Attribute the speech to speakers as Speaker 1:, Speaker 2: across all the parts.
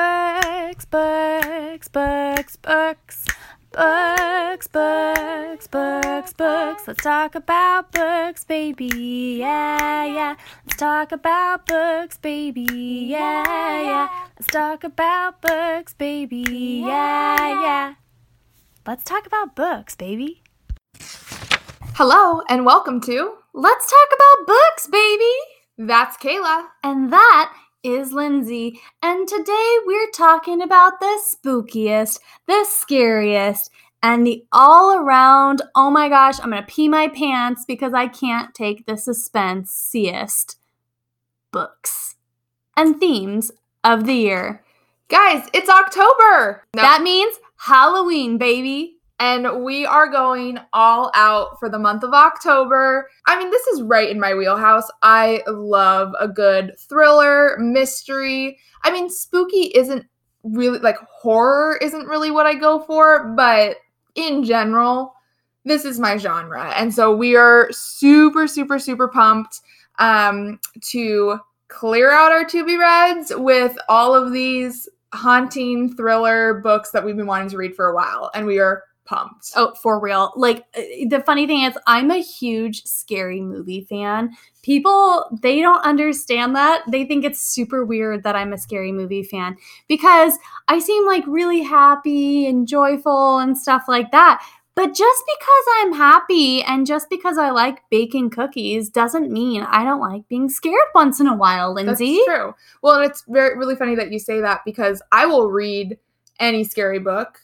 Speaker 1: Bugs, bugs, bugs, bugs. Bugs, bugs, bugs, bugs. Let's talk about books, baby. Yeah, yeah. Let's talk about books, baby. Yeah, yeah. Let's talk about books, baby. Yeah, yeah. Let's talk about books, baby.
Speaker 2: Hello and welcome to Let's Talk About Books, baby. That's Kayla.
Speaker 1: And that is Lindsay. And today we're talking about the spookiest, the scariest, and the all around, oh my gosh, I'm going to pee my pants because I can't take the suspenseiest books and themes of the year.
Speaker 2: Guys, it's October. No.
Speaker 1: That means Halloween, baby.
Speaker 2: and we are going all out for the month of October. I mean, this is right in my wheelhouse. I love a good thriller, mystery. I mean, spooky isn't really like horror isn't really what I go for, but in general, this is my genre. And so we are super super super pumped um to clear out our to be reds with all of these haunting thriller books that we've been wanting to read for a while and we are pumped
Speaker 1: Oh, for real. Like uh, the funny thing is I'm a huge scary movie fan. People they don't understand that. They think it's super weird that I'm a scary movie fan because I seem like really happy and joyful and stuff like that. But just because I'm happy and just because I like baking cookies doesn't mean I don't like being scared once in a while, Lindsay.
Speaker 2: That's true. Well, and it's very really funny that you say that because I will read any scary book.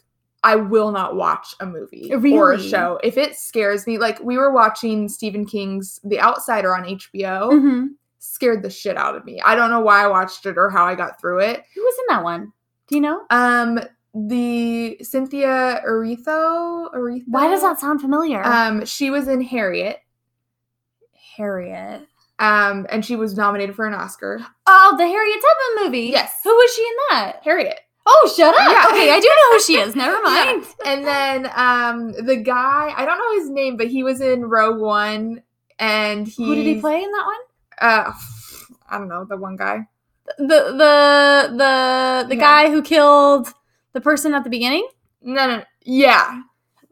Speaker 2: I will not watch a movie or a
Speaker 1: Really?
Speaker 2: show if it scares me. Like we were watching Stephen King's The Outsider on HBO,
Speaker 1: Mhm.
Speaker 2: scared the shit out of me. I don't know why I watched it or how I got through it.
Speaker 1: Who was in that one? Do you know?
Speaker 2: Um, the Cynthia Aretho, Aretho.
Speaker 1: Why does that sound familiar?
Speaker 2: Um, she was in Harriet.
Speaker 1: Harriet.
Speaker 2: Um, and she was nominated for an Oscar.
Speaker 1: Oh, the Harriet Tubman movie.
Speaker 2: Yes.
Speaker 1: Who was she in that?
Speaker 2: Harriet.
Speaker 1: Oh, shut up.
Speaker 2: Yeah.
Speaker 1: Okay, I do know who she is. Never mind.
Speaker 2: And then um the guy, I don't know his name, but he was in Rogue One and he
Speaker 1: Who did he play in that one?
Speaker 2: Uh I don't know, the one guy.
Speaker 1: The the the the
Speaker 2: Yeah.
Speaker 1: guy who killed the person at the beginning?
Speaker 2: No, no, no. Yeah.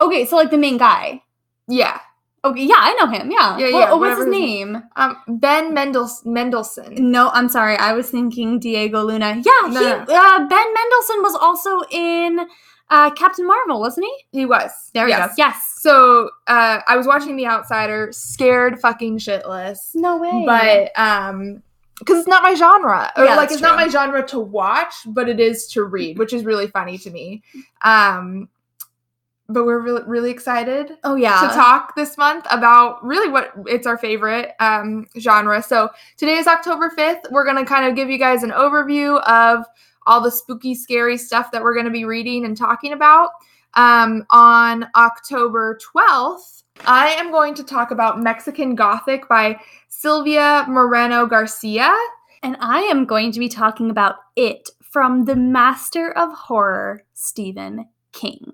Speaker 1: Okay, so like the main guy.
Speaker 2: Yeah.
Speaker 1: Okay, yeah, I know him. Yeah.
Speaker 2: Yeah,
Speaker 1: Well,
Speaker 2: yeah,
Speaker 1: oh, what's
Speaker 2: whatever
Speaker 1: his
Speaker 2: his
Speaker 1: name?
Speaker 2: Um Ben Mendels Mendelsohn.
Speaker 1: No, I'm sorry. I was thinking Diego Luna. Yeah,
Speaker 2: No,
Speaker 1: he,
Speaker 2: no.
Speaker 1: Uh, Ben Mendelsohn was also in uh, Captain Marvel, wasn't he?
Speaker 2: He was.
Speaker 1: There we
Speaker 2: Yes.
Speaker 1: go. Yes.
Speaker 2: So uh I was watching The Outsider, scared fucking shitless.
Speaker 1: No way.
Speaker 2: But um because it's not my genre. Or
Speaker 1: Yeah,
Speaker 2: like
Speaker 1: that's
Speaker 2: it's not
Speaker 1: true.
Speaker 2: my genre to watch, but it is to read, which is really funny to me. Um but we're really, really excited
Speaker 1: oh yeah.
Speaker 2: to talk this month about really what it's our favorite um, genre. So today is October 5th. We're going to kind of give you guys an overview of all the spooky, scary stuff that we're going to be reading and talking about. Um, on October 12th, I am going to talk about Mexican Gothic by Sylvia Moreno Garcia.
Speaker 1: And I am going to be talking about it from the master of horror, Stephen King.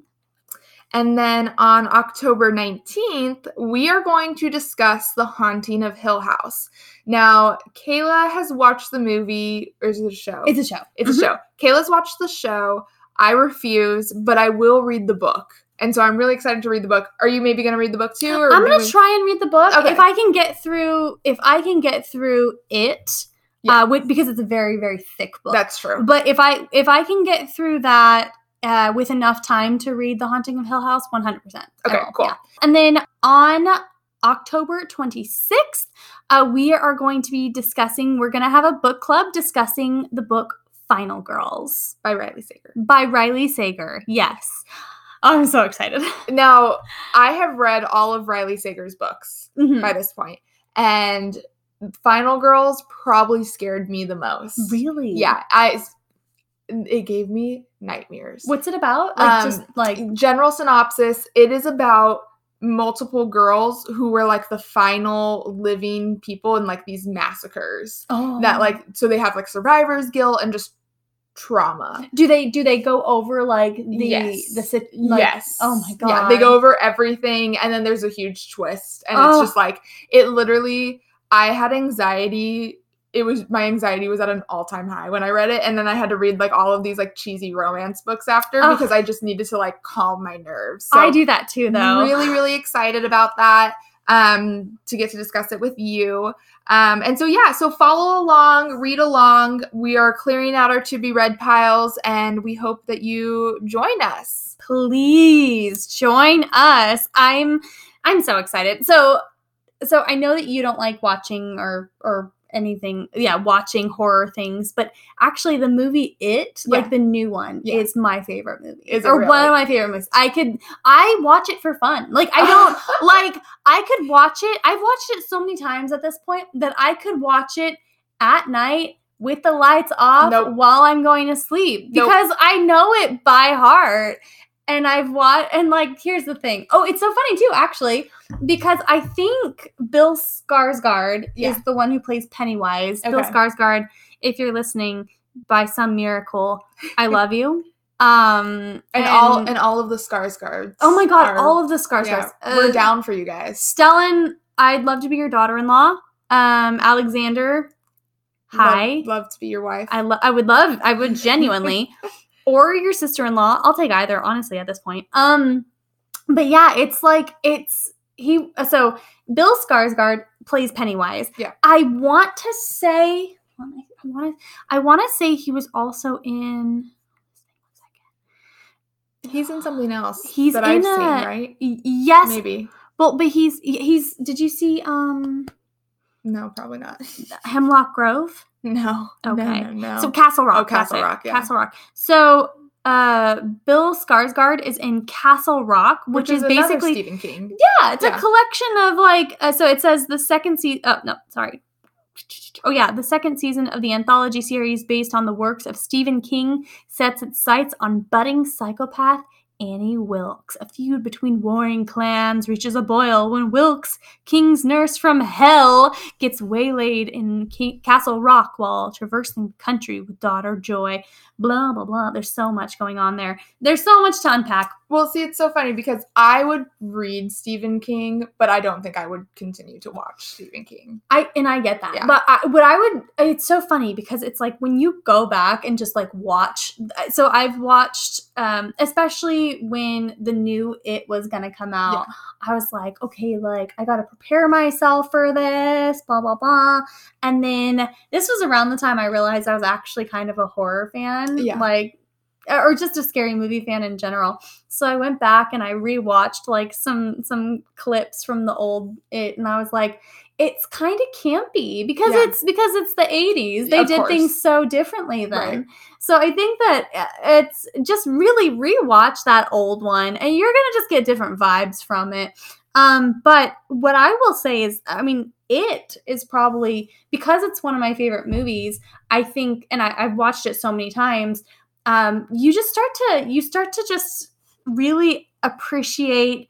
Speaker 2: And then on October 19th, we are going to discuss The Haunting of Hill House. Now, Kayla has watched the movie, or is it a show?
Speaker 1: It's a Mm-hmm. show.
Speaker 2: It's a show. Kayla's watched the show. I refuse, but I will read the book. And so I'm really excited to read the book. Are you maybe going to read the book too? Or
Speaker 1: I'm
Speaker 2: do
Speaker 1: gonna
Speaker 2: we-
Speaker 1: try and read the book
Speaker 2: Okay.
Speaker 1: if I can get through. If I can get through it,
Speaker 2: Yeah.
Speaker 1: uh, with, because it's a very very thick book.
Speaker 2: That's true.
Speaker 1: but if I if I can get through that uh, with enough time to read The Haunting of Hill House, 100. percent
Speaker 2: Okay, cool.
Speaker 1: And then on October 26th, uh, we are going to be discussing. We're gonna have a book club discussing the book Final Girls.
Speaker 2: By Riley Sager.
Speaker 1: by Riley Sager. Yes. I'm so excited.
Speaker 2: Now, I have read all of Riley Sager's books
Speaker 1: Mhm.
Speaker 2: by this point, and Final Girls probably scared me the most.
Speaker 1: Really?
Speaker 2: Yeah, I it gave me nightmares.
Speaker 1: What's it about? Like
Speaker 2: Um,
Speaker 1: just like
Speaker 2: General synopsis, it is about multiple girls who were like the final living people in like these massacres.
Speaker 1: oh
Speaker 2: That like so they have like survivor's guilt and just trauma.
Speaker 1: do they do they go over like the
Speaker 2: Yes.
Speaker 1: the sit like,
Speaker 2: yes.
Speaker 1: oh my god
Speaker 2: Yeah, they go over everything and then there's a huge twist and
Speaker 1: Oh.
Speaker 2: it's just like it literally I had anxiety it was my anxiety was at an all-time high when I read it and then I had to read like all of these like cheesy romance books after
Speaker 1: Ugh.
Speaker 2: because I just needed to like calm my nerves.
Speaker 1: Oh. I do that too, though.
Speaker 2: Really, really excited about that um, to get to discuss it with you. Um, and so, yeah, so follow along, read along. We are clearing out our to be read piles, and we hope that you join us.
Speaker 1: please join us i'm i'm so excited so so i know that you don't like watching or or anything yeah watching horror things but actually the movie it
Speaker 2: Yeah.
Speaker 1: like the new one
Speaker 2: Yeah.
Speaker 1: is my favorite movie
Speaker 2: Is it
Speaker 1: or one
Speaker 2: really?
Speaker 1: of my favorite movies i could i watch it for fun like
Speaker 2: Oh,
Speaker 1: i don't like i could watch it i've watched it so many times at this point that i could watch it at night with the lights off
Speaker 2: Nope.
Speaker 1: while i'm going to sleep
Speaker 2: Nope.
Speaker 1: because i know it by heart and i've watched and like here's the thing oh it's so funny too actually because i think bill skarsgård
Speaker 2: Yeah.
Speaker 1: is the one who plays pennywise bill
Speaker 2: Okay.
Speaker 1: skarsgård if you're listening by some miracle i love you um
Speaker 2: and, all and all of the scars guards.
Speaker 1: oh my god all of the skarsgårds
Speaker 2: we're
Speaker 1: Uh,
Speaker 2: down for you guys.
Speaker 1: Stellan, I'd love to be your daughter-in-law. Um, Alexander, hi.
Speaker 2: love, love to be your wife.
Speaker 1: I lo- I would love, I would genuinely, or your sister-in-law. I'll take either, honestly, at this point. Um, but yeah, it's like it's he. So Bill Skarsgård plays Pennywise.
Speaker 2: Yeah.
Speaker 1: I want to say, I want to, I want to say he was also in.
Speaker 2: He's in something else.
Speaker 1: He's
Speaker 2: that
Speaker 1: in
Speaker 2: I've seen,
Speaker 1: a-
Speaker 2: right?
Speaker 1: Y- Yes,
Speaker 2: Maybe.
Speaker 1: well, but he's he's. Did you see um
Speaker 2: No, probably not.
Speaker 1: Hemlock Grove?
Speaker 2: No. No,
Speaker 1: Okay.
Speaker 2: No, no.
Speaker 1: So Castle Rock.
Speaker 2: Oh, Castle
Speaker 1: that's it.
Speaker 2: Rock, yeah.
Speaker 1: Castle Rock. So uh, Bill Skarsgård is in Castle Rock, which, is,
Speaker 2: another
Speaker 1: basically
Speaker 2: Stephen King.
Speaker 1: yeah, it's
Speaker 2: yeah.
Speaker 1: a collection of like. Uh, so it says the second season. Oh no, sorry. Oh yeah, the second season of the anthology series based on the works of Stephen King sets its sights on budding psychopath Annie Wilkes. A feud between warring clans reaches a boil when Wilkes, King's nurse from hell, gets waylaid in Ki- Castle Rock while traversing the country with daughter Joy. Blah blah blah. There's so much going on there. There's so much to unpack.
Speaker 2: Well, see, it's so funny because I would read Stephen King, but I don't think I would continue to watch Stephen King.
Speaker 1: I and I get that,
Speaker 2: Yeah.
Speaker 1: but I, what I would it's so funny because it's like when you go back and just like watch. uh, So I've watched, um, especially when the new it was gonna come out. I was like, okay, like I gotta prepare myself for this, blah blah blah. And then this was around the time I realized I was actually kind of a horror fan,
Speaker 2: Yeah.
Speaker 1: like or just a scary movie fan in general. So I went back and I rewatched like some some clips from the old it, and I was like, it's kind of campy because
Speaker 2: Yeah.
Speaker 1: it's because it's the 80s. They
Speaker 2: Of
Speaker 1: did
Speaker 2: course.
Speaker 1: things so differently then.
Speaker 2: Right.
Speaker 1: So I think that uh, it's just really rewatch that old one and you're going to just get different vibes from it. Um but what I will say is I mean it is probably because it's one of my favorite movies. I think and I, I've watched it so many times. Um you just start to you start to just really appreciate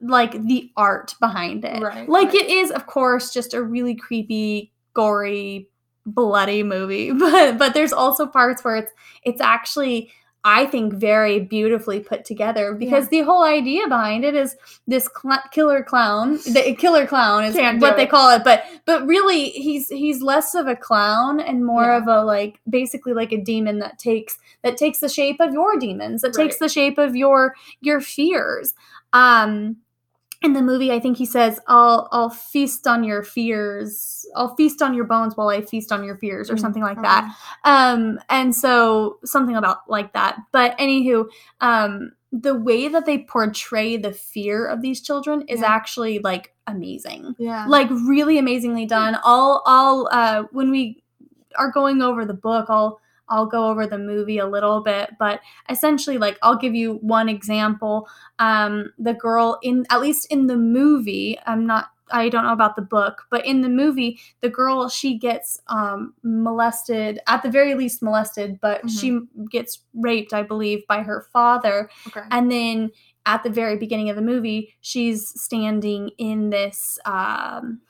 Speaker 1: like the art behind it.
Speaker 2: Right,
Speaker 1: Like
Speaker 2: right.
Speaker 1: it is of course just a really creepy, gory, bloody movie, but but there's also parts where it's it's actually I think very beautifully put together because the whole idea behind it is this cl- killer clown. The killer clown is
Speaker 2: Can't do
Speaker 1: what they
Speaker 2: it.
Speaker 1: call it, but but really he's he's less of a clown and more
Speaker 2: Yeah.
Speaker 1: of a like basically like a demon that takes that takes the shape of your demons, that takes
Speaker 2: Right.
Speaker 1: the shape of your your fears. Um in the movie, I think he says, "I'll I'll feast on your fears. I'll feast on your bones while I feast on your fears," or
Speaker 2: Mm,
Speaker 1: something like that um and so something about like that but anywho um the way that they portray the fear of these children is
Speaker 2: Yeah.
Speaker 1: actually like amazing
Speaker 2: Yeah.
Speaker 1: like really amazingly done all all uh when we are going over the book i'll i'll go over the movie a little bit but essentially like i'll give you one example um the girl in at least in the movie i'm not i don't know about the book but in the movie the girl she gets um molested at the very least molested but she gets raped i believe by her father
Speaker 2: okay.
Speaker 1: and then at the very beginning of the movie, she's standing in this, um,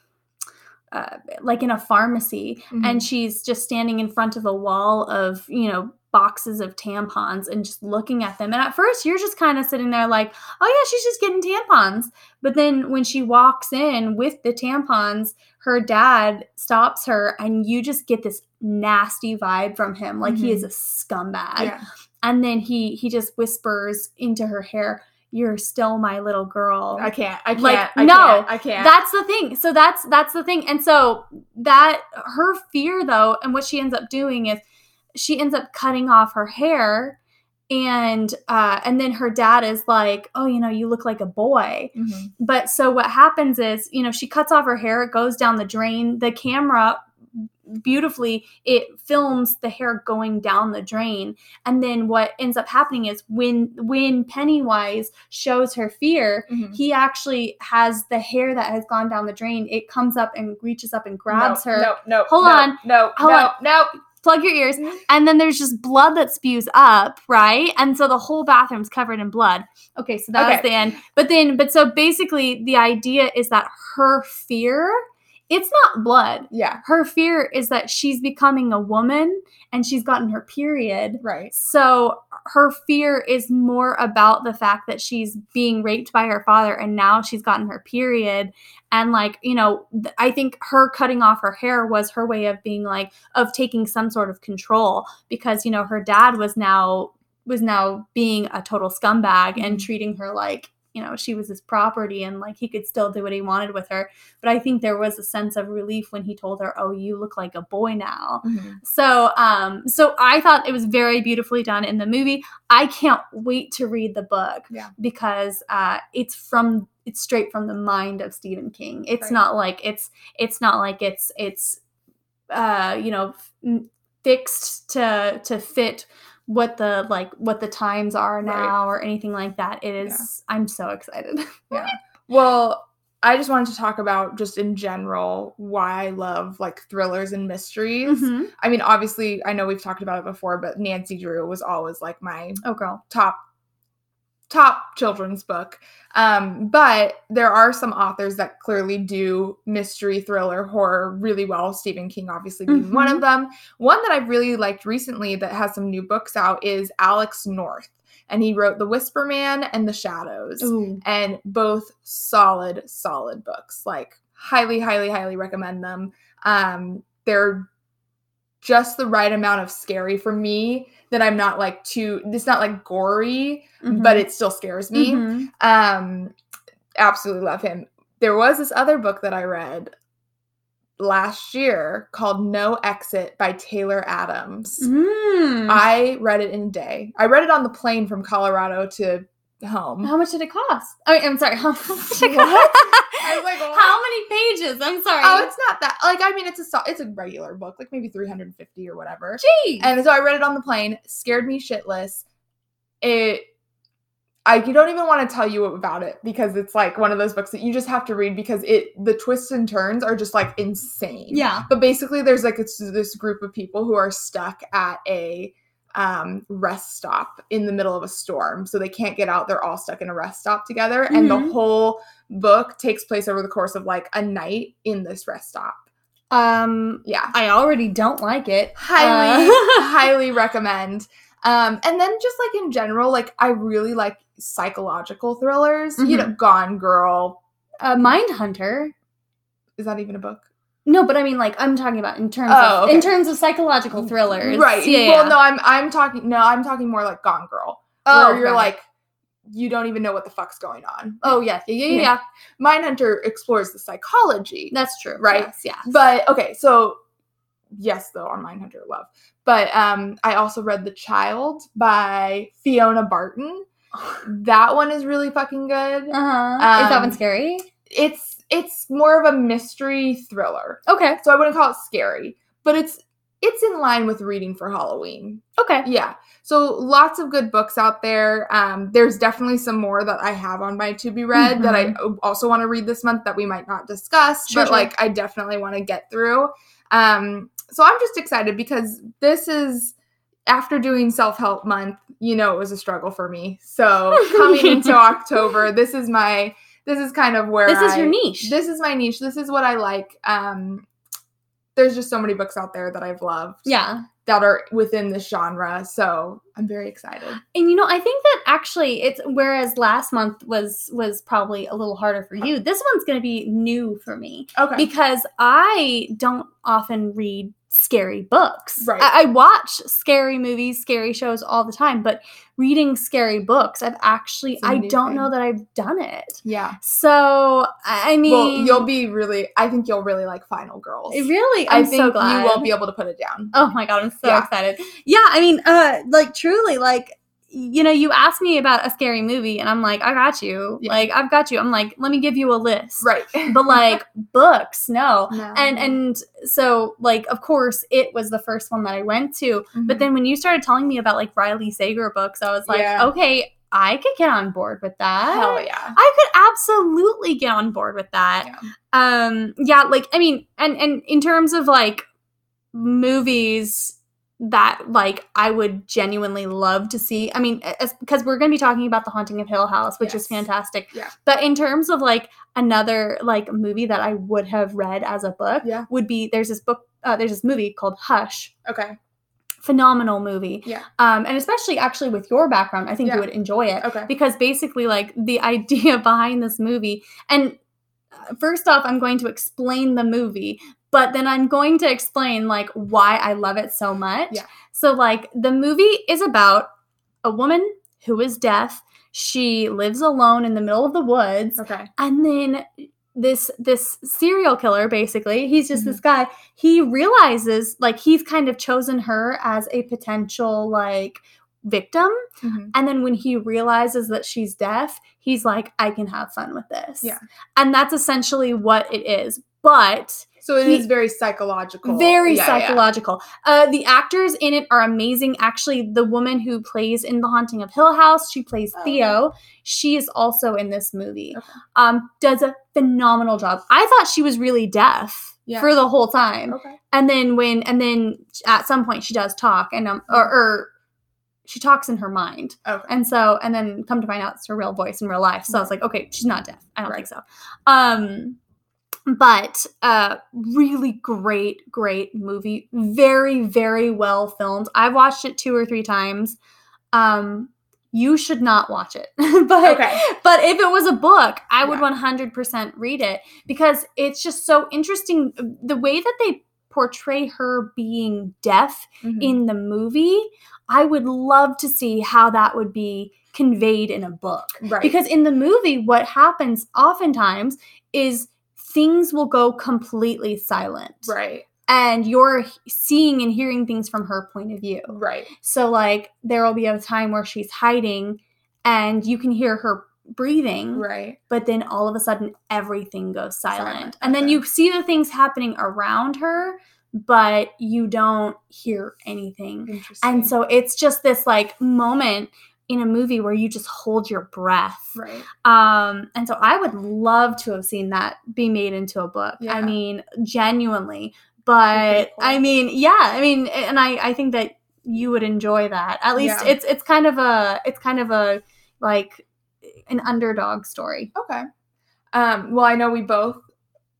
Speaker 1: uh, like in a pharmacy,
Speaker 2: Mhm.
Speaker 1: and she's just standing in front of a wall of, you know, boxes of tampons and just looking at them. And at first, you're just kind of sitting there like, oh, yeah, she's just getting tampons. But then when she walks in with the tampons, her dad stops her, and you just get this nasty vibe from him. Like he is a scumbag.
Speaker 2: Yeah.
Speaker 1: And then he he just whispers into her hair, "You're still my little girl."
Speaker 2: I can't. I can't.
Speaker 1: Like,
Speaker 2: I
Speaker 1: no,
Speaker 2: can't, I can't.
Speaker 1: That's the thing. So that's that's the thing. And so that her fear though, and what she ends up doing is she ends up cutting off her hair and uh and then her dad is like, "Oh, you know, you look like a boy."
Speaker 2: Mhm.
Speaker 1: But so what happens is, you know, she cuts off her hair, it goes down the drain. The camera beautifully it films the hair going down the drain and then what ends up happening is when when pennywise shows her fear
Speaker 2: Mhm.
Speaker 1: he actually has the hair that has gone down the drain. It comes up and reaches up and grabs
Speaker 2: no,
Speaker 1: her.
Speaker 2: No, no.
Speaker 1: Hold
Speaker 2: no,
Speaker 1: on.
Speaker 2: No,
Speaker 1: Hold
Speaker 2: no,
Speaker 1: on.
Speaker 2: no.
Speaker 1: Plug your ears. And then there's just blood that spews up, right? And so the whole bathroom's covered in blood. Okay, so that was
Speaker 2: Okay.
Speaker 1: the end. But then, but so basically, the idea is that her fear, it's not blood.
Speaker 2: Yeah.
Speaker 1: Her fear is that she's becoming a woman and she's gotten her period.
Speaker 2: Right.
Speaker 1: So her fear is more about the fact that she's being raped by her father and now she's gotten her period. And like, you know, th- I think her cutting off her hair was her way of being like, of taking some sort of control because, you know, her dad was now, was now being a total scumbag and
Speaker 2: Mhm.
Speaker 1: treating her like, you know, she was his property and like he could still do what he wanted with her. But I think there was a sense of relief when he told her, oh, you look like a boy now.
Speaker 2: Mm-hmm.
Speaker 1: So um so I thought it was very beautifully done in the movie. I can't wait to read the book
Speaker 2: Yeah.
Speaker 1: because uh it's from it's straight from the mind of Stephen King. It's
Speaker 2: Right.
Speaker 1: not like it's it's not like it's it's uh you know f- m- fixed to to fit what the like what the times are
Speaker 2: Right.
Speaker 1: now or anything like that. It is I'm so excited.
Speaker 2: Well, I just wanted to talk about just in general why I love like thrillers and mysteries.
Speaker 1: Mhm.
Speaker 2: I mean, obviously, I know we've talked about it before, but Nancy Drew was always like my
Speaker 1: Oh girl.
Speaker 2: top top children's book. Um, but there are some authors that clearly do mystery, thriller, horror really well. Stephen King obviously being one of them. One that I've really liked recently that has some new books out is Alex North. And he wrote The Whisper Man and The Shadows
Speaker 1: Ooh.
Speaker 2: and both solid solid books like highly highly highly recommend them um they're just the right amount of scary for me that i'm not like too it's not like gory
Speaker 1: Mm-hmm.
Speaker 2: but it still scares me
Speaker 1: Mhm.
Speaker 2: um absolutely love him there was this other book that i read last year called no exit by taylor adams
Speaker 1: Mm.
Speaker 2: i read it in a day i read it on the plane from colorado to home
Speaker 1: How much did it cost? I mean, I'm sorry. How much did it
Speaker 2: What?
Speaker 1: cost?
Speaker 2: I was like, what?
Speaker 1: How many pages? I'm sorry.
Speaker 2: Oh, it's not that. Like, I mean, it's a so- it's a regular book, like maybe 350 or whatever.
Speaker 1: Gee.
Speaker 2: And so I read it on the plane. Scared me shitless. It. I you don't even want to tell you about it because it's like one of those books that you just have to read because it the twists and turns are just like insane.
Speaker 1: yeah.
Speaker 2: But basically, there's like it's this group of people who are stuck at a um, rest stop in the middle of a storm, so they can't get out. They're all stuck in a rest stop together, and the
Speaker 1: Mhm.
Speaker 2: whole book takes place over the course of like a night in this rest stop.
Speaker 1: Um,
Speaker 2: Yeah,
Speaker 1: I already don't like it.
Speaker 2: highly,
Speaker 1: Uh,
Speaker 2: highly recommend. Um, and then just like in general, like I really like psychological thrillers. You know, Gone Girl
Speaker 1: uh, Mindhunter.
Speaker 2: is that even a book?
Speaker 1: No, but I mean, like, I'm talking about in terms
Speaker 2: Oh,
Speaker 1: of
Speaker 2: okay.
Speaker 1: in terms of psychological thrillers.
Speaker 2: Right.
Speaker 1: Yeah.
Speaker 2: well,
Speaker 1: yeah.
Speaker 2: no, I'm I'm talking no, I'm talking more like Gone Girl.
Speaker 1: Oh,
Speaker 2: where you're
Speaker 1: got it.
Speaker 2: like you don't even know what the fuck's going on.
Speaker 1: Oh, yes. Yeah. Yeah. Yeah. yeah.
Speaker 2: Mindhunter explores the psychology.
Speaker 1: That's true.
Speaker 2: Right.
Speaker 1: Yes, yeah.
Speaker 2: But okay, so yes though on Mindhunter love. But um I also read The Child by Fiona Barton. That one is really fucking
Speaker 1: Uh-huh.
Speaker 2: good.
Speaker 1: Is that
Speaker 2: Um,
Speaker 1: one scary?
Speaker 2: It's it's more of a mystery thriller.
Speaker 1: Okay.
Speaker 2: So I wouldn't call it scary, but it's it's in line with reading for Halloween.
Speaker 1: Okay.
Speaker 2: Yeah. So lots of good books out there. Um, there's definitely some more that I have on my to be read that I also want to read this month that we might not discuss,
Speaker 1: Mm-hmm. Sure,
Speaker 2: but
Speaker 1: sure.
Speaker 2: like I definitely want to get through. Um, so I'm just excited because this is after doing self help month, you know, it was a struggle for me. So coming into October, this is my, this is kind of where
Speaker 1: This is your
Speaker 2: I-
Speaker 1: niche.
Speaker 2: this is my niche. This is what I like. Um, there's just so many books out there that I've loved
Speaker 1: yeah.
Speaker 2: that are within this genre. So I'm very excited.
Speaker 1: And you know, I think that actually it's whereas last month was was probably a little harder for you. This one's going to be new for me
Speaker 2: Okay.
Speaker 1: because I don't often read scary books.
Speaker 2: Right.
Speaker 1: I, I watch scary movies, scary shows all the time, but reading scary books, I've actually
Speaker 2: It's a
Speaker 1: I
Speaker 2: new
Speaker 1: don't
Speaker 2: thing.
Speaker 1: know that I've done it.
Speaker 2: yeah.
Speaker 1: So I I mean,
Speaker 2: Well, you'll be really. I think you'll really like Final Girls.
Speaker 1: really.
Speaker 2: I
Speaker 1: I'm
Speaker 2: think
Speaker 1: so glad
Speaker 2: you won't be able to put it down.
Speaker 1: Oh my god, I'm so
Speaker 2: Yeah.
Speaker 1: excited. Yeah, I mean, uh like truly like you know, you asked me about a scary movie and I'm like, I got you.
Speaker 2: Yeah.
Speaker 1: Like, I've got you. I'm like, let me give you a list.
Speaker 2: Right. Oh,
Speaker 1: But like books, no.
Speaker 2: No.
Speaker 1: And and so like of course it was the first one that I went to.
Speaker 2: Mm-hmm.
Speaker 1: But then when you started telling me about like Riley Sager books, I was like,
Speaker 2: Yeah.
Speaker 1: okay, I could get on board with that.
Speaker 2: hell yeah.
Speaker 1: I could absolutely get on board with that
Speaker 2: Yeah.
Speaker 1: um yeah like i mean and and in terms of like movies that like i would genuinely love to see i mean because we're going to be talking about the haunting of hill house which is
Speaker 2: Yes.
Speaker 1: fantastic
Speaker 2: Yeah.
Speaker 1: but in terms of like another like movie that i would have read as a book
Speaker 2: Yeah.
Speaker 1: would be there's this book uh, there's this movie called hush
Speaker 2: Okay.
Speaker 1: phenomenal movie
Speaker 2: Yeah.
Speaker 1: um and especially actually with your background i think
Speaker 2: Yeah.
Speaker 1: you would enjoy it
Speaker 2: Okay.
Speaker 1: because basically like the idea behind this movie and uh, first off i'm going to explain the movie but then i'm going to explain like why i love it so much
Speaker 2: Yeah.
Speaker 1: so like the movie is about a woman who is deaf she lives alone in the middle of the woods
Speaker 2: Okay.
Speaker 1: and then this this serial killer basically he's just this guy he realizes like he's kind of chosen her as a potential like victim
Speaker 2: Mhm.
Speaker 1: and then when he realizes that she's deaf, he's like, I can have fun with this.
Speaker 2: Yeah.
Speaker 1: And that's essentially what it is. But
Speaker 2: So it is
Speaker 1: He-
Speaker 2: very psychological.
Speaker 1: very
Speaker 2: Yeah, yeah.
Speaker 1: psychological. Uh, the actors in it are amazing. Actually, the woman who plays in The Haunting of Hill House, she plays
Speaker 2: Oh,
Speaker 1: Theo. She is also in this movie.
Speaker 2: Okay.
Speaker 1: Um, does a phenomenal job. I thought she was really deaf
Speaker 2: Yeah.
Speaker 1: for the whole time
Speaker 2: Okay.
Speaker 1: and then when and then at some point she does talk and um or, or she talks in her mind
Speaker 2: Okay.
Speaker 1: and so and then come to find out it's her real voice in real life so i was like okay she's not deaf i don't think
Speaker 2: Right.
Speaker 1: so um but uh really great great movie very very well filmed i've watched it two or three times um you should not watch it but
Speaker 2: Okay.
Speaker 1: but if it was a book, I would
Speaker 2: Yeah.
Speaker 1: 100% read it because it's just so interesting the way that they portray her being deaf
Speaker 2: Mhm.
Speaker 1: in the movie. I would love to see how that would be conveyed in a book.
Speaker 2: right.
Speaker 1: Because in the movie what happens oftentimes is things will go completely silent.
Speaker 2: right.
Speaker 1: And you're seeing and hearing things from her point of view.
Speaker 2: Right.
Speaker 1: So like there will be a time where she's hiding and you can hear her breathing,
Speaker 2: Right.
Speaker 1: but then all of a sudden everything goes silent.
Speaker 2: Silent,
Speaker 1: And then
Speaker 2: okay.
Speaker 1: you see the things happening around her, but you don't hear anything.
Speaker 2: Interesting.
Speaker 1: And so it's just this like moment in a movie where you just hold your breath.
Speaker 2: Right.
Speaker 1: Um, and so I would love to have seen that be made into a book. I
Speaker 2: Yeah.
Speaker 1: mean, genuinely.
Speaker 2: pretty
Speaker 1: But
Speaker 2: cool.
Speaker 1: I mean, yeah, I mean, a- and I, I think that you would enjoy that. At least
Speaker 2: Yeah.
Speaker 1: it's it's kind of a it's kind of a like an underdog story.
Speaker 2: Okay. Um, well, I know we both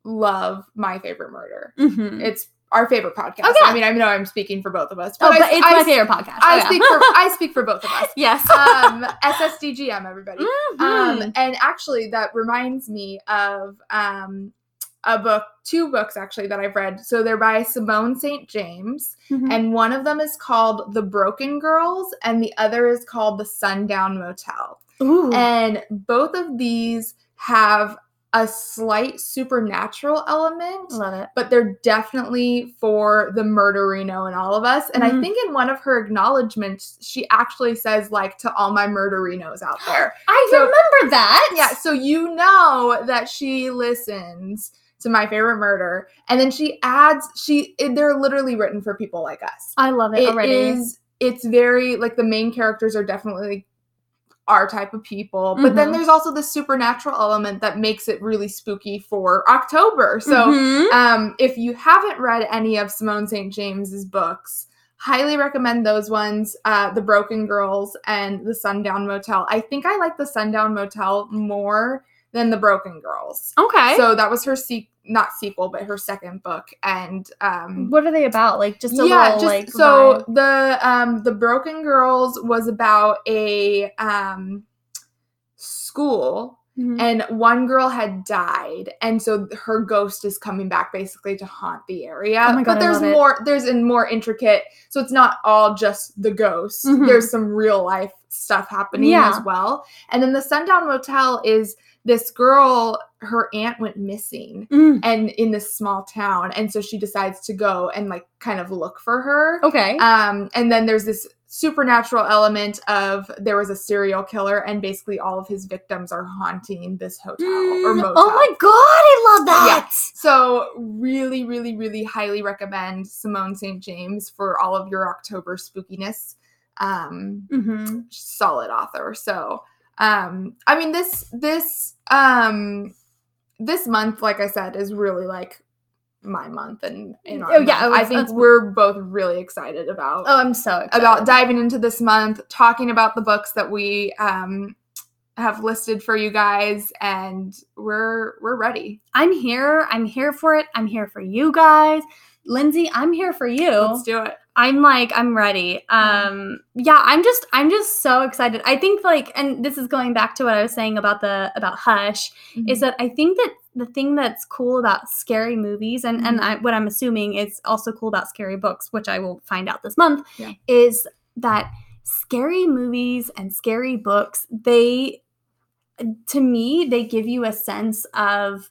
Speaker 2: love My Favorite Murder.
Speaker 1: Mm-hmm.
Speaker 2: It's our favorite podcast.
Speaker 1: Oh, yeah.
Speaker 2: I mean, I know I'm speaking for both of us,
Speaker 1: oh,
Speaker 2: I,
Speaker 1: but it's
Speaker 2: I,
Speaker 1: my favorite podcast.
Speaker 2: I
Speaker 1: Oh, yeah.
Speaker 2: speak for I speak for both of us.
Speaker 1: yes.
Speaker 2: Um, SSDGM, everybody.
Speaker 1: Mhm.
Speaker 2: Um, and actually, that reminds me of um, a book, two books actually that I've read. So they're by Simone St. James,
Speaker 1: Mhm.
Speaker 2: and one of them is called The Broken Girls, and the other is called The Sundown Motel.
Speaker 1: Ooh.
Speaker 2: And both of these have a slight supernatural element,
Speaker 1: love it.
Speaker 2: but they're definitely for the murderino in all of us. And
Speaker 1: Mhm.
Speaker 2: I think in one of her acknowledgments, she actually says, like, to all my murderinos out there.
Speaker 1: I
Speaker 2: So-
Speaker 1: remember that.
Speaker 2: yeah, so you know that she listens to my favorite murder. And then she adds, she they're literally written for people like us.
Speaker 1: I love it,
Speaker 2: It
Speaker 1: already.
Speaker 2: is- it's very like the main characters are definitely like, our type of people but then
Speaker 1: Mhm.
Speaker 2: there's also the supernatural element that makes it really spooky for october so
Speaker 1: Mhm.
Speaker 2: um if you haven't read any of simone st james's books highly recommend those ones uh the broken girls and the sundown motel i think i like the sundown motel more than The Broken Girls.
Speaker 1: Okay.
Speaker 2: So that was her se- not sequel, but her second book. And um
Speaker 1: what are they about? Like just a little like
Speaker 2: so
Speaker 1: vibe?
Speaker 2: the um the Broken Girls was about a um school
Speaker 1: Mhm.
Speaker 2: and one girl had died and so th- her ghost is coming back basically to haunt the area
Speaker 1: Oh my God,
Speaker 2: but
Speaker 1: I
Speaker 2: there's
Speaker 1: love it.
Speaker 2: more there's in more intricate so it's not all just the ghost
Speaker 1: Mhm.
Speaker 2: there's some real life stuff happening
Speaker 1: Yeah.
Speaker 2: as well and then the sundown motel is this girl her aunt went missing
Speaker 1: Mm,
Speaker 2: and in this small town and so she decides to go and like kind of look for her
Speaker 1: okay.
Speaker 2: um, and then there's this supernatural element of there was a serial killer, and basically all of his victims are haunting this hotel or
Speaker 1: Mm,
Speaker 2: motel.
Speaker 1: oh my god, I love that.
Speaker 2: So really, really, really highly recommend Simone St. James for all of your October spookiness. Um,
Speaker 1: Mm-hmm.
Speaker 2: solid author. So um, I mean this this um, this month, like I said, is really like my month and, and our
Speaker 1: Oh, yeah, oh,
Speaker 2: month. I
Speaker 1: it's-
Speaker 2: think
Speaker 1: it's-
Speaker 2: we're both really excited about
Speaker 1: Oh, I'm so excited.
Speaker 2: about diving into this month, talking about the books that we um, have listed for you guys, and we're we're ready.
Speaker 1: I'm here. I'm here for it. I'm here for you guys. Lindsay, I'm here for you.
Speaker 2: Let's do it.
Speaker 1: I'm like, I'm ready. Um, yeah, I'm just, I'm just so excited. I think like, and this is going back to what I was saying about the about Hush.
Speaker 2: mm-hmm.
Speaker 1: is that I think that the thing that's cool about scary movies and and
Speaker 2: Mhm.
Speaker 1: I, what I'm assuming is also cool about scary books, which I will find out this month,
Speaker 2: Yeah.
Speaker 1: is that scary movies and scary books they to me they give you a sense of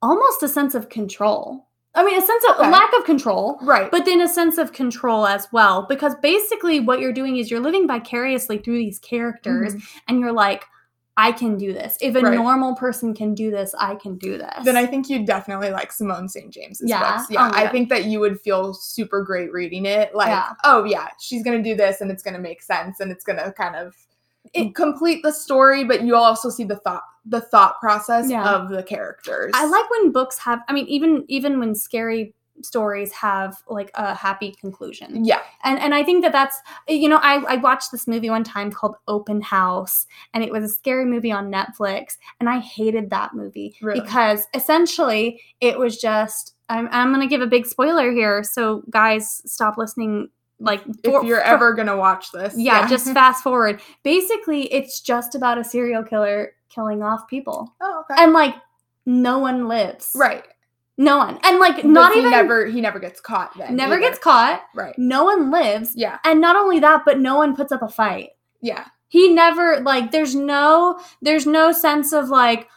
Speaker 1: almost a sense of control. I mean, a sense of
Speaker 2: Okay.
Speaker 1: lack of control,
Speaker 2: right?
Speaker 1: but then a sense of control as well because basically what you're doing is you're living vicariously through these characters
Speaker 2: Mhm.
Speaker 1: and you're like i can do this if a
Speaker 2: Right.
Speaker 1: normal person can do this i can do this
Speaker 2: then I think you definitely like Simone St. James's
Speaker 1: Yeah.
Speaker 2: books. Yeah,
Speaker 1: Oh,
Speaker 2: I
Speaker 1: yeah.
Speaker 2: think that you would feel super great reading it. Like,
Speaker 1: Yeah.
Speaker 2: oh yeah, she's gonna do this, and it's gonna make sense, and it's gonna kind of
Speaker 1: It-
Speaker 2: complete the story, but you'll also see the thought the thought process
Speaker 1: Yeah.
Speaker 2: of the characters.
Speaker 1: i like when books have i mean even even when scary stories have like a happy conclusion
Speaker 2: yeah.
Speaker 1: and and I think that that's you know I I watched this movie one time called Open House and it was a scary movie on Netflix and I hated that movie
Speaker 2: Really?
Speaker 1: because essentially it was just I'm I'm gonna give a big spoiler here so guys stop listening like
Speaker 2: If
Speaker 1: for-
Speaker 2: you're
Speaker 1: for-
Speaker 2: ever gonna watch this,
Speaker 1: yeah, just fast forward basically it's just about a serial killer killing off people
Speaker 2: oh okay,
Speaker 1: and like no one lives
Speaker 2: right.
Speaker 1: no one and like
Speaker 2: But
Speaker 1: not
Speaker 2: he
Speaker 1: even
Speaker 2: never he never gets caught then
Speaker 1: never
Speaker 2: either.
Speaker 1: gets caught
Speaker 2: right
Speaker 1: no one lives
Speaker 2: yeah
Speaker 1: and not only that but no one puts up a fight
Speaker 2: yeah
Speaker 1: he never like there's no there's no sense of like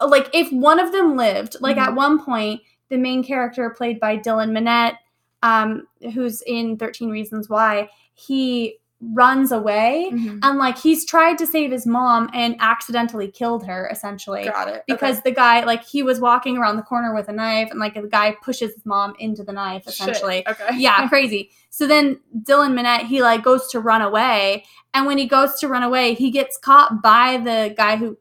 Speaker 1: like if one of them lived like
Speaker 2: Mm-hmm.
Speaker 1: at one point the main character played by dylan minnette um who's in 13 reasons why he runs away and like he's tried to save his mom and accidentally killed her essentially
Speaker 2: got it
Speaker 1: because the guy like he was walking around the corner with a knife and like the guy pushes his mom into the knife
Speaker 2: okay.
Speaker 1: essentially
Speaker 2: Shit. okay
Speaker 1: yeah, crazy. So then Dylan Minnette, he like goes to run away, and when he goes to run away, he gets caught by the guy who,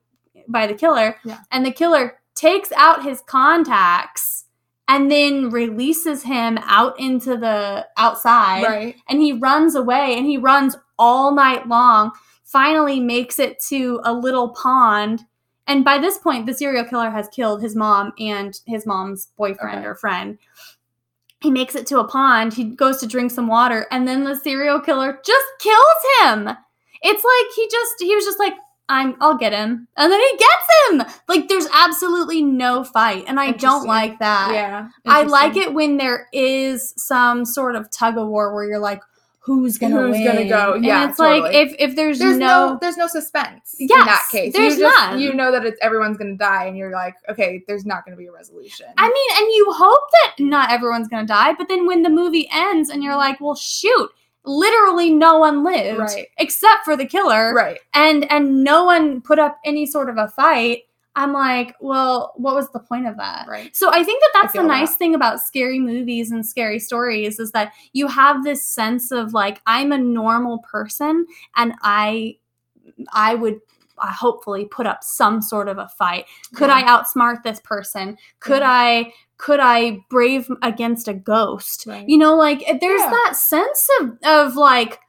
Speaker 1: by the killer,
Speaker 2: Yeah.
Speaker 1: and the killer takes out his contacts and then releases him out into the outside,
Speaker 2: right
Speaker 1: and he runs away, and he runs all night long. Finally, makes it to a little pond. And by this point, the serial killer has killed his mom and his mom's boyfriend
Speaker 2: Okay.
Speaker 1: or friend he makes it to a pond. He goes to drink some water, and then the serial killer just kills him. It's like he just he was just like, I'm I'll get him. And then he gets him. Like there's absolutely no fight. And I don't
Speaker 2: Interesting.
Speaker 1: like that.
Speaker 2: yeah
Speaker 1: Uh, I like
Speaker 2: Interesting.
Speaker 1: it when there is some sort of tug of war where you're like, who's gonna
Speaker 2: Who's gonna
Speaker 1: win?
Speaker 2: go? Yeah,
Speaker 1: And it's like
Speaker 2: totally.
Speaker 1: if if there's,
Speaker 2: there's no,
Speaker 1: no,
Speaker 2: there's no suspense in that
Speaker 1: Yes,
Speaker 2: case
Speaker 1: there's
Speaker 2: you just,
Speaker 1: none.
Speaker 2: you know that it's everyone's gonna die and you're like okay there's not gonna be a resolution
Speaker 1: I mean, and you hope that not everyone's gonna die, but then when the movie ends and you're like, well, shoot, literally no one lived
Speaker 2: Right.
Speaker 1: except for the killer,
Speaker 2: right
Speaker 1: and and no one put up any sort of a fight. I'm like, well, what was the point of that?
Speaker 2: right
Speaker 1: So I think that that's the
Speaker 2: feel that.
Speaker 1: nice thing about scary movies and scary stories is that you have this sense of like I'm a normal person and I I would uh, hopefully put up some sort of a fight. Could
Speaker 2: Yeah.
Speaker 1: I outsmart this person? Could
Speaker 2: Yeah.
Speaker 1: I could I brave against a ghost?
Speaker 2: Right.
Speaker 1: You know like it- eh, there's
Speaker 2: Yeah.
Speaker 1: that sense of of like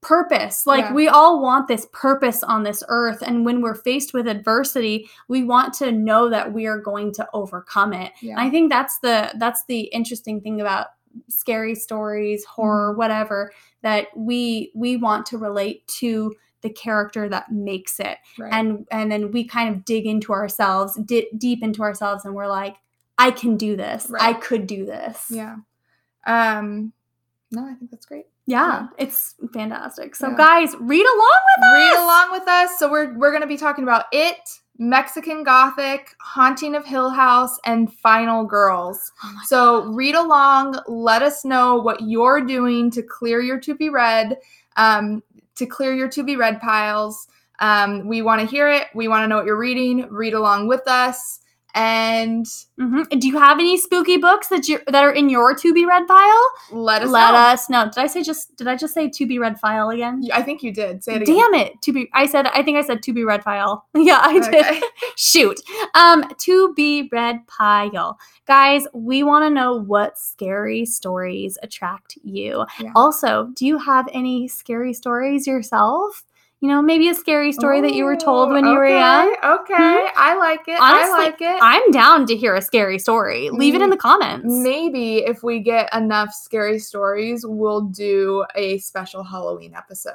Speaker 1: purpose. Like
Speaker 2: Yeah.
Speaker 1: we all want this purpose on this earth. And when we're faced with adversity, we want to know that we are going to overcome it.
Speaker 2: Yeah.
Speaker 1: And I think that's the that's the interesting thing about scary stories,
Speaker 2: Mm-hmm.
Speaker 1: horror, whatever, that we we want to relate to the character that makes it.
Speaker 2: right.
Speaker 1: And and then we kind of dig into ourselves, di- deep into ourselves and we're like, I can do this. I
Speaker 2: Right.
Speaker 1: could do this.
Speaker 2: yeah. Um, no, I think that's great.
Speaker 1: Yeah, it's fantastic. So
Speaker 2: Yeah.
Speaker 1: guys, read along with us.
Speaker 2: Read along with us. So we're we're gonna be talking about it, Mexican Gothic, Haunting of Hill House, and Final Girls.
Speaker 1: Oh my
Speaker 2: So read along. Let us know what you're doing to clear your to be read, um, to clear your to be read piles. Um, we want to hear it. We want to know what you're reading. Read along with us. And
Speaker 1: Mhm. And Do you have any spooky books that you that are in your to be read file?
Speaker 2: let us
Speaker 1: Let
Speaker 2: know.
Speaker 1: us know. Did I say just did I just say to be read file again?
Speaker 2: You- I think you did. Say it again.
Speaker 1: Damn it. To be I said I think I said to be read file. Yeah, I did.
Speaker 2: Okay.
Speaker 1: Shoot. Um to be read pile. Guys, we want to know what scary stories attract you.
Speaker 2: Yeah.
Speaker 1: Also, do you have any scary stories yourself? You know, maybe a scary story that you were told when you were
Speaker 2: okay,
Speaker 1: young. Hmm?
Speaker 2: Okay, I like it.
Speaker 1: Honestly,
Speaker 2: I like it.
Speaker 1: I'm down to hear a scary story. Leave it in the comments.
Speaker 2: Maybe if we get enough scary stories, we'll do a special Halloween episode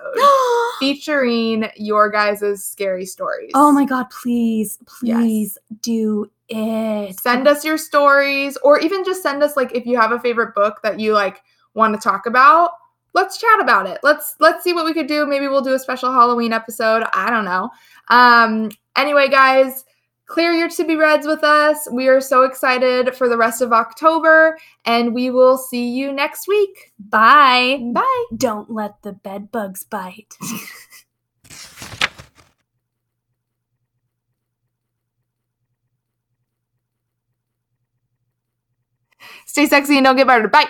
Speaker 2: featuring your guys' scary stories.
Speaker 1: oh my god, please,
Speaker 2: Yes.
Speaker 1: please do it.
Speaker 2: Send us your stories or even just send us like if you have a favorite book that you like want to talk about, let's chat about it. Let's let's see what we could do. Maybe we'll do a special Halloween episode. I don't know. Um anyway, guys, clear your to be reds with us. We are so excited for the rest of October and we will see you next week.
Speaker 1: Bye.
Speaker 2: Bye.
Speaker 1: Don't let the bed bugs bite.
Speaker 2: Stay sexy and don't get murdered. Bye.